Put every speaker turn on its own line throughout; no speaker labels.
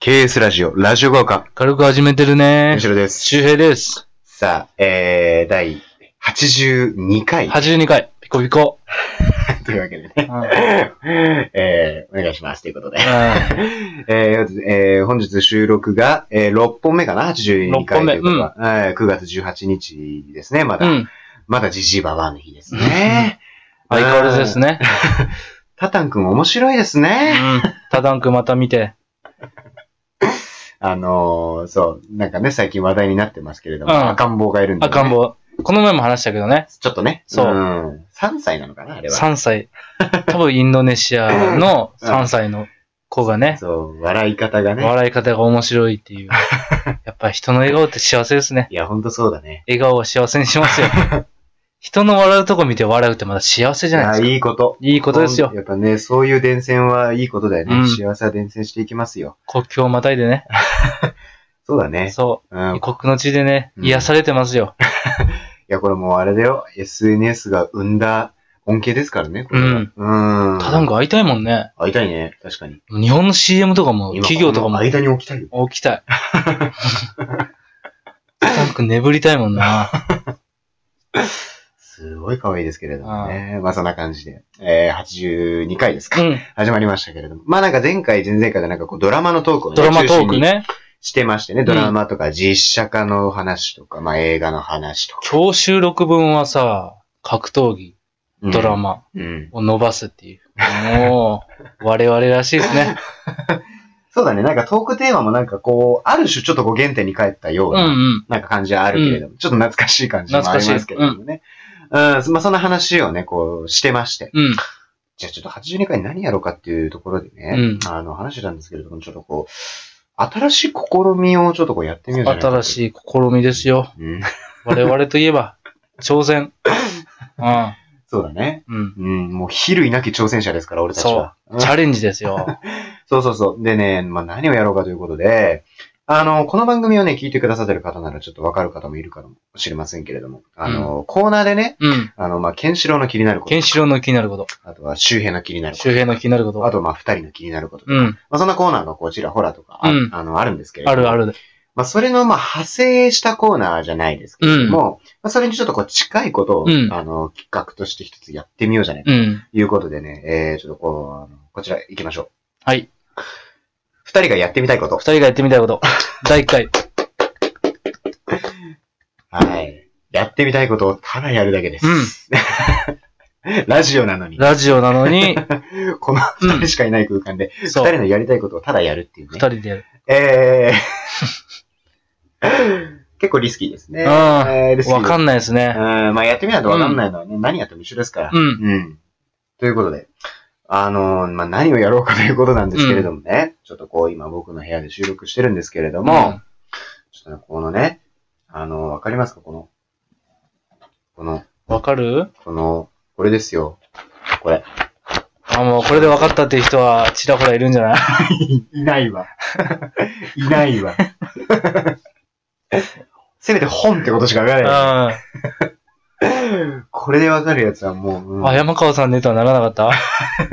KS ラジオ、ラジオが丘、
軽く始めてるね
吉。野です。
周平です。
さあ、えー、第82回
82回、ピコピコ。
というわけで
う
ね、
んうん
えー、お願いしますということで。 えーえー本日収録が、えー6本目かな ?82 回ということは、えー9月18日ですね、ま
う
だ。
ん。
まだジジイババアの日ですね。
相変わらずですね。
タタンくん面白いです
う
ね。
ん。タダンクまた見て。
あのー、そう、なんかね、最近話題になってますけれども、
うん
赤ん坊がいるんで、ね。
赤ん坊。この前も話したけどね。
ちょっとね。。
そうん
3歳なのかなあれは。
3歳。多分インドネシアの3歳の子がね、
そう、笑い方がね。
笑い方が面白いっていう。やっぱ人の笑顔って幸せですね。
いや、ほんとそうだね。
笑顔は幸せにし ますよ。人の笑うとこ見て笑うってまだ幸せじゃないです
い
か。
やいいこと。
いいことですよ。
やっぱね、そういう伝染はいいことだよね。
うん
幸せは伝染していきますよ。
国境をまたいでね。
そうだね。
そうう。
ん。
異
い
国の地でね、
うん
癒されてますよ。
や、これもうあれだよ。SNS が生んだ恩恵ですからね。これは
うん。
うん。
ただんか会いたいもんね。
会いたいね。確かに。
日本の CM とかも、
今
企業とか
この
も
間に置きたいよ。
起きたい。タダンク眠りたいもんな。
すごい可愛いですけれどもね。まあそんな感じで。えー、82回です
う
か。
ん。
始まりましたけれども。まあなんか前回、前々回でなんかこうドラマのトークをね
ドラマトーク。
中心に
ね。
してましてね。ドラマとか実写化の話とか、まあ映画の話とか。
今日収録分はさ、格闘技、
うん
ドラ。マ
うん。
を伸ばすっていう。もう、我々らしいですね。
そうだね。なんかトークテーマもなんかこう、ある種ちょっとこう原点に帰ったよう
うん
な、
うん。
なんか感じはあるけれども、ちょっと懐かしい感じもありますけれどもね。うん、まあそんな話をね、こう、してまして。
うん。
じゃあちょっと82回何やろうかっていうところでね、
うん
あの話してたんですけれども、ちょっとこう、新しい試みをちょっとこうやってみようじゃないか
新
い。
しい試みですよ。
うん、
我々といえば、挑戦。うん。
そうだね。
うん。
うん、もう非類なき挑戦者ですから、俺たちは。うん
チャレンジですよ。
そうそうそう。でね、まあ、何をやろうかということで、あの、この番組をね、聞いてくださってる方ならちょっとわかる方もいるかもしれませんけれども、あの、コーナーでね、
うん。
あの、まあ、ケンシロウの気になるこ
ケン
と、
シロウの気になること。
あとは周平の気になるこ、
周平の気になること
あ
と。
と、まあ、二人の気になること、
うん。
まあ、そんなコーナーがこうちらほらとかあ、
うん
あの、あるんですけれど
あ
も、
るあ。る。
まあ、それの、まあ、派生したコーナーじゃないですけれども、まあ、それにちょっとこう近いことを、
うん
あの、企画として一つやってみようじゃないか
うん。
ということでね、えー、ちょっとこう、あのこちら行きましょう。
はい。
二人がやってみたいこと
二。人がやってみたいこと。第1回。
はい。やってみたいことをただやるだけです。ラジオなのに、
ラジオなのに、
この
うん
2人しかいない空間で、
そ
2
う
人。のやりたいことをただやるっていう
二
ね。
人でやる。
えー、 結構リスキーですね。
あー
えーリスキー
わかんないですね。
うんまあやってみないとわかんないのはね、何やっても一緒ですから。
うん。
うん。ということで、あのーまあ何をやろうかということなんですけれどもね、ちょっとこう今僕の部屋で収録してるんですけれども、ちょっとねこのね、あのーわかりますかこの、この、
うん、わかる
この、これですよ。これ。
あ、もうこれでわかったっていう人はちらほらいるんじゃない
いない わ。いないわ。せめて本ってことしか書かない。
う
これでわかるやつはもう、うん
ん。あ、山川さん出たはならなかっ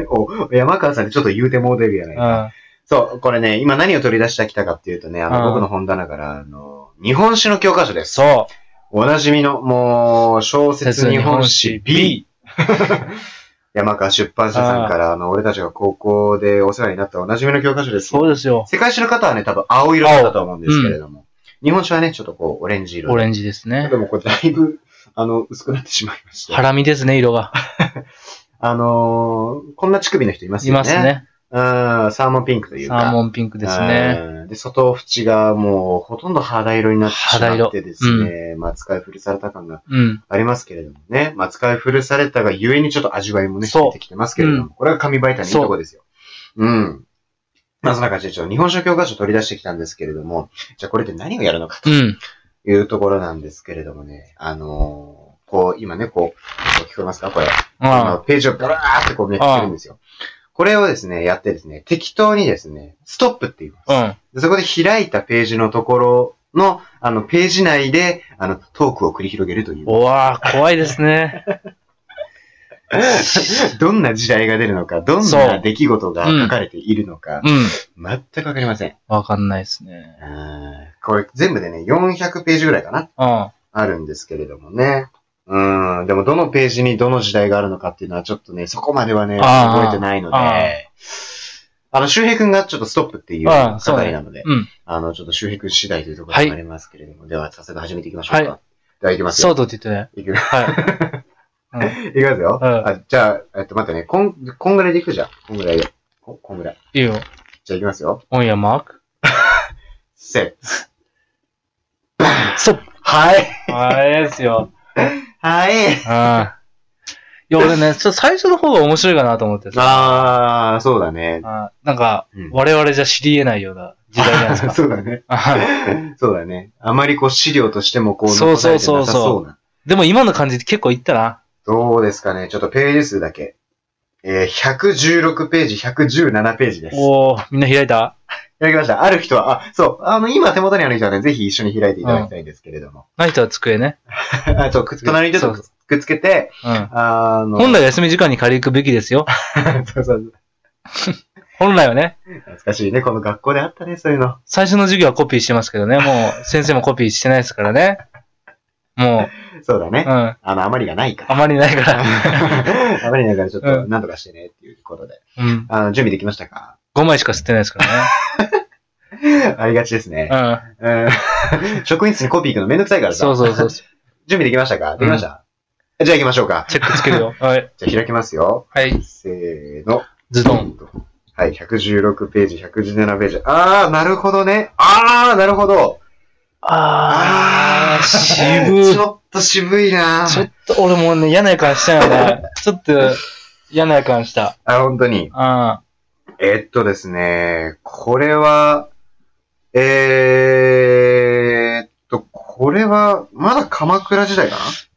お山川さんでちょっと言うてもうてるやないか。
た
そう、これね、今何を取り出してきたかっていうとね、あ
う
の、
ん
僕の本棚から、あの、日本史の教科書
う
で
ん。
す。
そ
おなじみの、もう、小
う。
説日本史 B。。山川出版社さんから、あの、俺たちが高校でお世話になったおなじみの教科書です。
そうですよ。
世界史の方はね、多分青色だったと思うんですけれども、日本史はね、ちょっとこう、オレンジ色で。
オレンジですね
で。もこれだいぶ、あの、薄くなってしまいまして。
ハラミですね、色が。
あのーこんな乳首の人います
い
よね。
ます。ね。
うん、サーモンピンクという
サ
か。
ーモンピンクですね。
うん。で、外縁がもう、ほとんど肌色になってしまってです
肌
ね、まあ、使い古された感が
うん。
ありますけれどもね。まあ、使い古されたがゆえにちょっと味わいもね、
そう
出てきてますけれども、
うん
これが紙媒体のいいとこですよ。うん。まあ、そんな感じで、ちょっと日本書教科書取り出してきたんですけれども、じゃあこれって何をやるのか
うん。
というところなんですけれどもね、あのーこう、今ね、こう、聞こえますかこれ。あの
あ
ページをガラーってこうめくってるんですよ。これをですね、やってですね、適当にですね、ストップって言います。
あ。
でそこで開いたページのところの、あの、ページ内で、あの、トークを繰り広げるとい
うん。
う。
うわー怖いですね。
どんな時代が出るのか、どん
そ
な
う
出来事が書かれているのか、
うん。
全くわかりません。
わかんないですね。
うんこれ全部でね、400ページぐらいかな
うん。
あるんですけれどもね。うん。でもどのページにどの時代があるのかっていうのはちょっとね、そこまではね、
あー
覚えてないの
あ
で、あの、周平くんがちょっとストップっていう
あーそうね
係なので、
うん。
あの、ちょっと周平くん次第というところになりますけれども、では早速始めていきましょうか。
は
では行きます
ソー
よ。
ドって言ってね。
いきます
はい。うん。
いきますよ。
うん
あじゃあ、えっと、待ってね、こん、こんぐらいでいくじゃん。こんぐらいで。ここんぐらい。
いい
じ
よ。
ゃあ行きますよ。
オンやマーク。
せ
そっ。
はい。
あれですよ。
はい。
うん。いや、俺ね、ちょっと最初の方が面白いかなと思ってさ。
あー、そうだね。
あなんか、
うん
我々じゃ知り得ないような時代じゃないです か。
そうだね。
あ
そうだね。あまりこう資料としてもこう
そう
残さ
そう
れて
そう
な
そう
さそうな。
でも今の感じで結構いったな。
どうですかね。ちょっとページ数だけ。えー、116ページ、117ページです。
おー、みんな開
い
いた
ただきました。ある人は、あ、そう、あの、今手元にある人はね、ぜひ一緒に開いていただきたいんですけれども。
ない人は机ね。
あ、そう、くっ隣にちょっとくっつけて、
うん。
あの、
本来休み時間に借り行くべきですよ。
そうそう
本来はね、
懐かしいね。この学校であったね、そういうの。
最初の授業はコピーしてますけどね、もう先生もコピーしてないですからね。も
そうだ
う、
ね
うん。。あ
あの、余りがないから。
まりないから。
あまりないから、ちょっ
う
と、なんとかしてね、っていうことで。
うん。
あの、準備できましたか
5枚しか吸ってないですから
ありがちですね。
ね。
うん 職員室にコピー行くのめんどくさいか
うん。
らさ。
そうそうそう。
準備できましたかできました、じゃあ行きましょうか。
チェックつけるよ。はい。
じゃあ開きますよ。
はい。
せーの。
ズドン。
はい、116ページ、117ページ。あー、なるほどね。あー、なるほど。
あー、渋い
ち。ょっと渋いな
ちょっと、俺もうね、嫌な予感したよ ね。ちょっと、嫌な予感した。
あ、本当に。
うん。
えっとですね、これは、えーっと、これは、まだ鎌倉時代か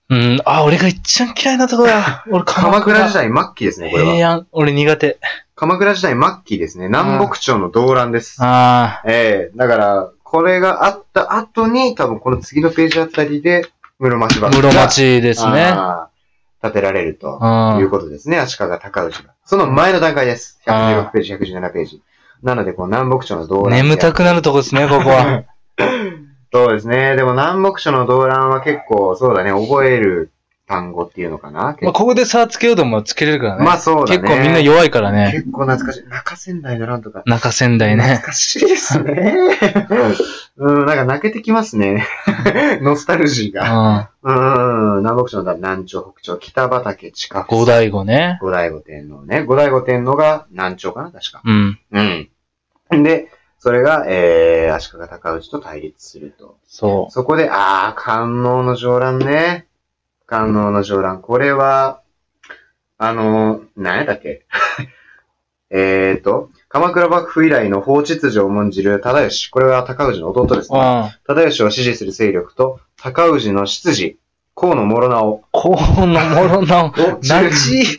な
うん、あ、俺が一番嫌いなとこだ。俺、
鎌倉時代末期ですね、これは。
平安。俺苦手。
鎌倉時代末期ですね。南北朝の動乱です。
あ
ええだから、これがあった後に、多分この次のページあたりで、室町
あ、
幕府
室
が。
町ですね。
あー建てられると
う。
いうんことですね。足利高氏が。その前の段階です。116ページ、117ページ。なので、こう南北朝の動乱。
眠たくなるとこですね、こ こは。
そうですね。でも南北朝の動乱は結構、そうだね、覚える単語っていうのかな。結
まあ、
構
ここで差つけようともつけれるからね。
まあそうだね。
結構みんな弱いからね。
結構懐かしい。中仙台の乱とか。
中仙台ね
懐。かしいです ね。うん、なんか泣けてきますね。ノスタルジー
う
が。
ん。
うん、南北朝の南朝、北朝、北畠、近
五
代。
醍醐ね。
五代五天皇ね。五代五天皇が南朝かな、確か。
うん。
うん。で、それが、えー、足利尊氏と対立すると。
そ
そこで、あー、観音の上乱ね。観音の上乱。これは、あのー、何やったっけ えーと、鎌倉幕府以来の法秩序を重んじる忠義。これは高氏の弟です
う。う
ね。
ん。
忠義を支持する勢力と、高氏の執事、河野諸直
このもろ な、
を
な
中
ち、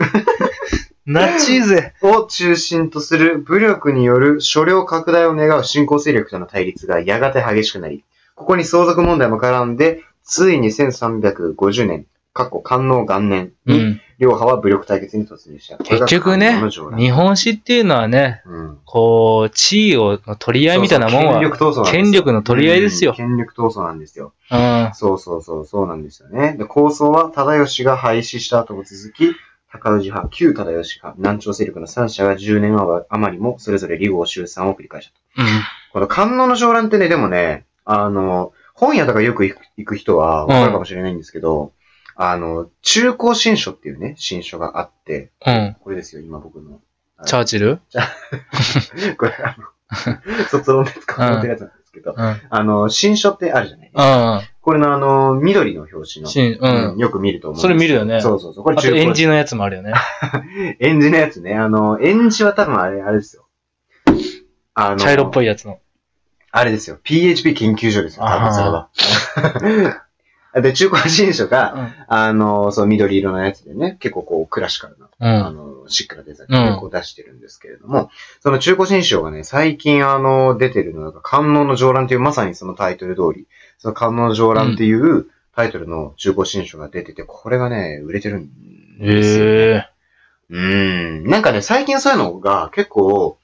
なちぜ。
を中心とする武力による所領拡大を願う新興勢力との対立がやがて激しくなり、ここに相続問題も絡んで、ついに1350年、過去官能元年
う
に、
ん。
両派は武力対決に突入した。
結局
これが
ね
官能条、約
日本史っていうのはね、
うん。
こう、地位をの取り合いみたいなもん
そうそう権
は、
力闘争なんですよ
権力の取り合いですよ
うん権力闘争なんですよ。
うん。
そうそうそう、そうなんですよね。で、構想は、忠義が廃止した後も続き、高氏派、旧忠義派、南朝勢力の3者が10年余りも、それぞれ離合集散を繰り返した。
うん。
この観音の上覧ってね、でもね、あの、本屋とかよく行く行く人はわかるかもしれないんですけど、あの、中高新書っていうね、新書があって、
うん。
これですよ、今僕の。
チャーチル
これ、あ の、卒論で使われてるやつなんですけど、
うん。う
あの、新書ってあるじゃない、
ん。
これのあの、緑の表紙の。
しん、うん
うん。よく見ると思うんです
それ見るよね
そうそうそう。これ
あと、
中
エ
高
ンジのやつもあるよね。
演じのやつね。あの、演じは多分あれ、あれですよ。あの、
茶色っぽ
い。
いやつの。
あれですよ。PHP 研究所ですよ。多分それは。 で、中古新書が、あの、そう、緑色のやつでね、結構こう、クラシカルな、
う
あ
ん。
の、シックなデザインでこう出してるんですけれども、その中古新書がね、最近あの、出てるのが、観音の上覧という、まさにそのタイトル通り、その観音の上覧っていうタイトルの中古新書が出てて、これがね、売れてるんですよ。
ええ。
うーん。なんかね、最近そういうのが結構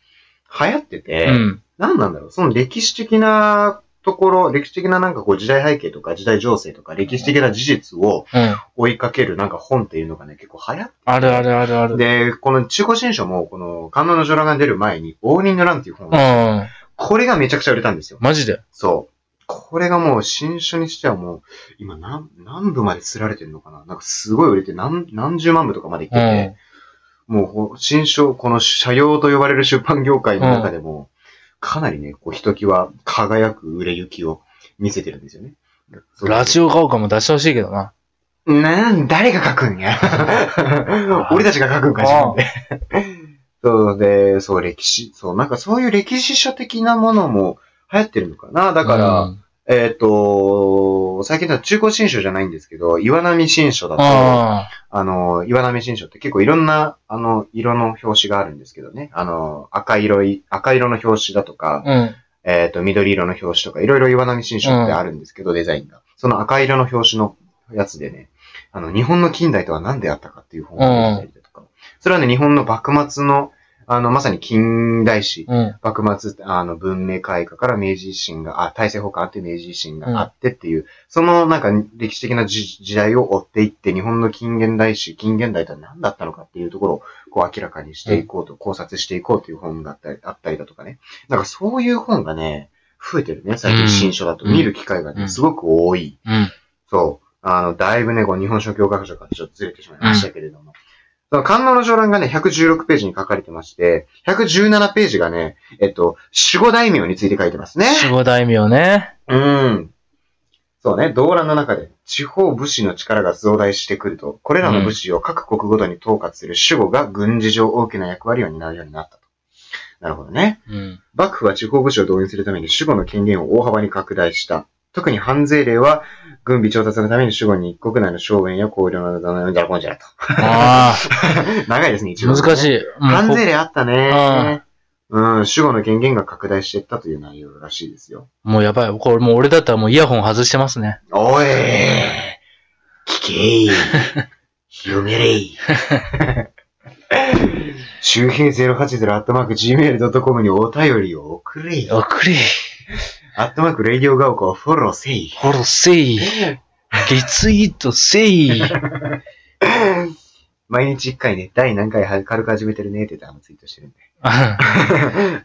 流行ってて、
うん。
なんなんだろう、その歴史的なところ、歴史的ななんかこう時代背景とか時代情勢とか歴史的な事実を
うん。
追いかけるなんか本っていうのがね、結構流行っ
あるあるあるあ
て。
る。
で、この中古新書も、この、観音の女郎が出る前に、応仁の乱っていう本、
うん。
これがめちゃくちゃ売れたんですよ。
マジで。
そう。これがもう新書にしてはもう、今何、何部まで釣られてるのかななんかすごい売れて何、何十万部とかまでいって
う
て
ん、。
もうほ新書、この社用と呼ばれる出版業界の中でも、かなりね、こう、ひときわ輝く売れ行きを見せてるんですよね。
ラジオが丘も出してほしいけどな。
オなん、誰が書くん や。俺たちが書くんか、自分で。 そうで、そう、歴史、そう、なんかそういう歴史書的なものも流行ってるのかな。だから、
うん、
えっ、と、最近のは中古新書じゃないんですけど、岩波新書だと、あ
あ
の、岩波新書って結構いろんな、あの、色の表紙があるんですけどね。あの、赤色い、赤色の表紙だとか、
あ。うん。
えっ、と、緑色の表紙とか、いろいろ岩波新書ってあるんですけど、デザインが。その赤色の表紙のやつでね、あの、日本の近代とは何であったかっていう本が出てたりだとか、それはね、日本の幕末の、あの、まさに近代史
うん。
幕末、あの、文明開化から明治維新が、あ、大政奉還あって明治維新があってっていう、そのなんか歴史的な時時代を追っていって、日本の近現代史、近現代とは何だったのかっていうところを、こう明らかにしていこうと、考察していこうという本があったり、あったりだとかね。なんかそういう本がね、増えてるね、最近新書だと。
うん
見る機会が
う
ね、
ん
すごく多い。
うん。
そう。あの、だいぶね、こう、日本書教科書からちょっとずれてしまいましたけれども。その、観音の上覧がね、116ページに書かれてまして、117ページがね、えっと、守護大名について書いてますね。
守護大名ね。
うん。そうね、動乱の中で、地方武士の力が増大してくると、これらの武士を各国ごとに統括する守護が軍事上大きな役割を担うようになったと。なるほどね。
うん。
幕府は地方武士を動員するために守護の権限を大幅に拡大した。特に反税令は、軍備調達のために守護に国内の荘園や公領などのうんじゃらこんじゃらと。
あ
長いですね、一
あ、
応、ね。
難し
い。
い。
反税
も
令あったね。うん、守護の権限が拡大していったという内容らしいですよ。
うもうやばい。これもう俺だったらもうイヤホン外してますね。
おい聞け い広めれい周平 080-gmail.com にお便りを送れい。
おくれ。
アットマーク、レイディオガオカをフォローせい。
フォローせい。リツイートせい。
毎日一回ね、第何回は軽く始めてるねって言ってあのツイートしてるん で。
あ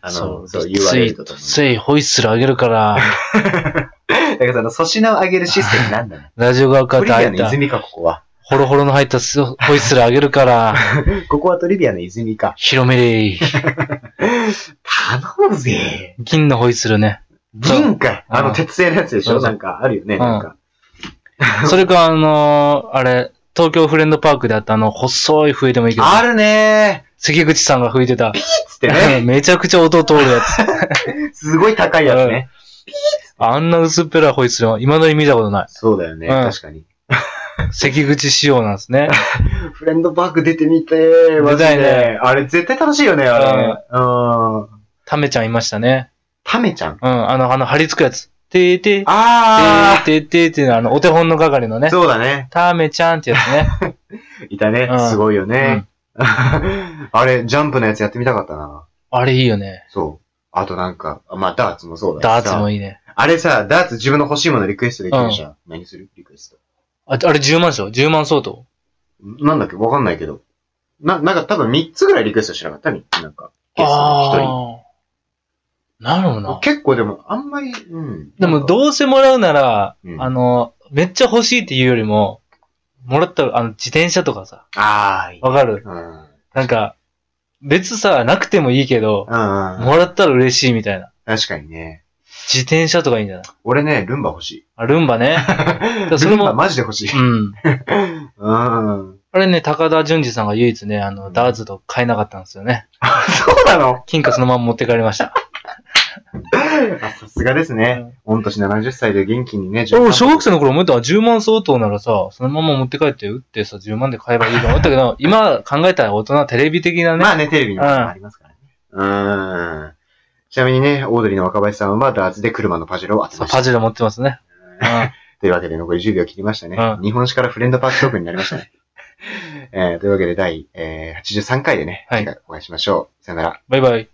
あの、そう、
リツイ
URL
ー
とと
ト
もに。
せい、ホイッスルあげるから、
だからその粗品を上げるシステムなんだね。
ラジオ側か
ト
ら
リビア
入
の
った、
泉か、ここ は。
ホロホロの入ったすホイッスルあげるから、
ここはトリビアの泉か。
広めれい。
頼むぜ。
銀のホイッスルね。
銀か。
うん
あの、鉄製のやつでし
そ
ょ
うそう
なんか、あるよね、なんか。
それか、あのーあれ、東京フレンドパークであったあの、細い笛でもいいけど、
あるね
関口さんが吹いてた、
ーつってね。
めちゃくちゃ音通るやつ。
すごい高いやつね。
あんな薄っぺらいホイッスルは、今のに見たことない。
そうだよね、
うん
確かに。
関口仕様なんですね。
フレンドパーク出てみて、マジ
出たいね
で。あれ絶対楽しいよね、あれ。うん。
タメちゃんいましたね。
タメちゃん。
うん、あの、あの、張り付くやつ。てーてー、
あ
てーてーてーっていうのは、あの、お手本の係の
ー。
ね。
そうだね。
タメちゃんってやつ ね。
いたね
う。ん
すごいよね。 あれ、ジャンプのやつやってみたかったな。
あれいいよね。
そう。あとなんか、あまあ、ダーツもそうだ
ダーツも
い
いいね。
あれさ、ダーツ自分の欲しいものリクエストできるじゃん。何するリクエスト。
ああれ10万でしょ ?10 万相当。
なんだっけわかんないけど。な、なんか多分3つぐらいリクエストしなかったみなんか、ゲストで1
あー。なるほど
人
な。。
結構でも、あんまり、うん。
でも、どうせもらうなら、
うん
あの、めっちゃ欲しいっていうよりも、もらったら、あの、自転車とかさ、
ああ、いい。
わかる
うん。
なんか、別さ、なくてもいいけど、
うんうん。
もらったら嬉しいみたいな。
確かにね。
自転車とかいいんじゃない
俺ね、ルンバ欲しい。
あ、ルン バね。らそ
ル
れ
ン
も
バマジで欲しい。
うん。
うん。
あれね、高田純次さんが唯一ね、あの、ダーツと買えなかったんですよね。
そうなの
金貨 そのまま持って帰りました。
あさすがですね。御年70歳で元気にね、
俺、小学生の頃思ったら10万相当ならさ、そのまま持って帰って売ってさ、10万で買えばいいと思ったけど、今考えたら大人、テレビ的なね。
まあね、テレビにもありますからね。うーん。ちなみにね、オードリーの若林さんはダーツで車のパジェロを当て
そう
ました。
パジェロ持ってますね。うん
というわけで残り10秒切りましたね。
うん
日本史からフレンドパークトークになりましたね。えーというわけで第、えー83回でね、
はい
次回お会いしましょう。さよなら。
バイバイ。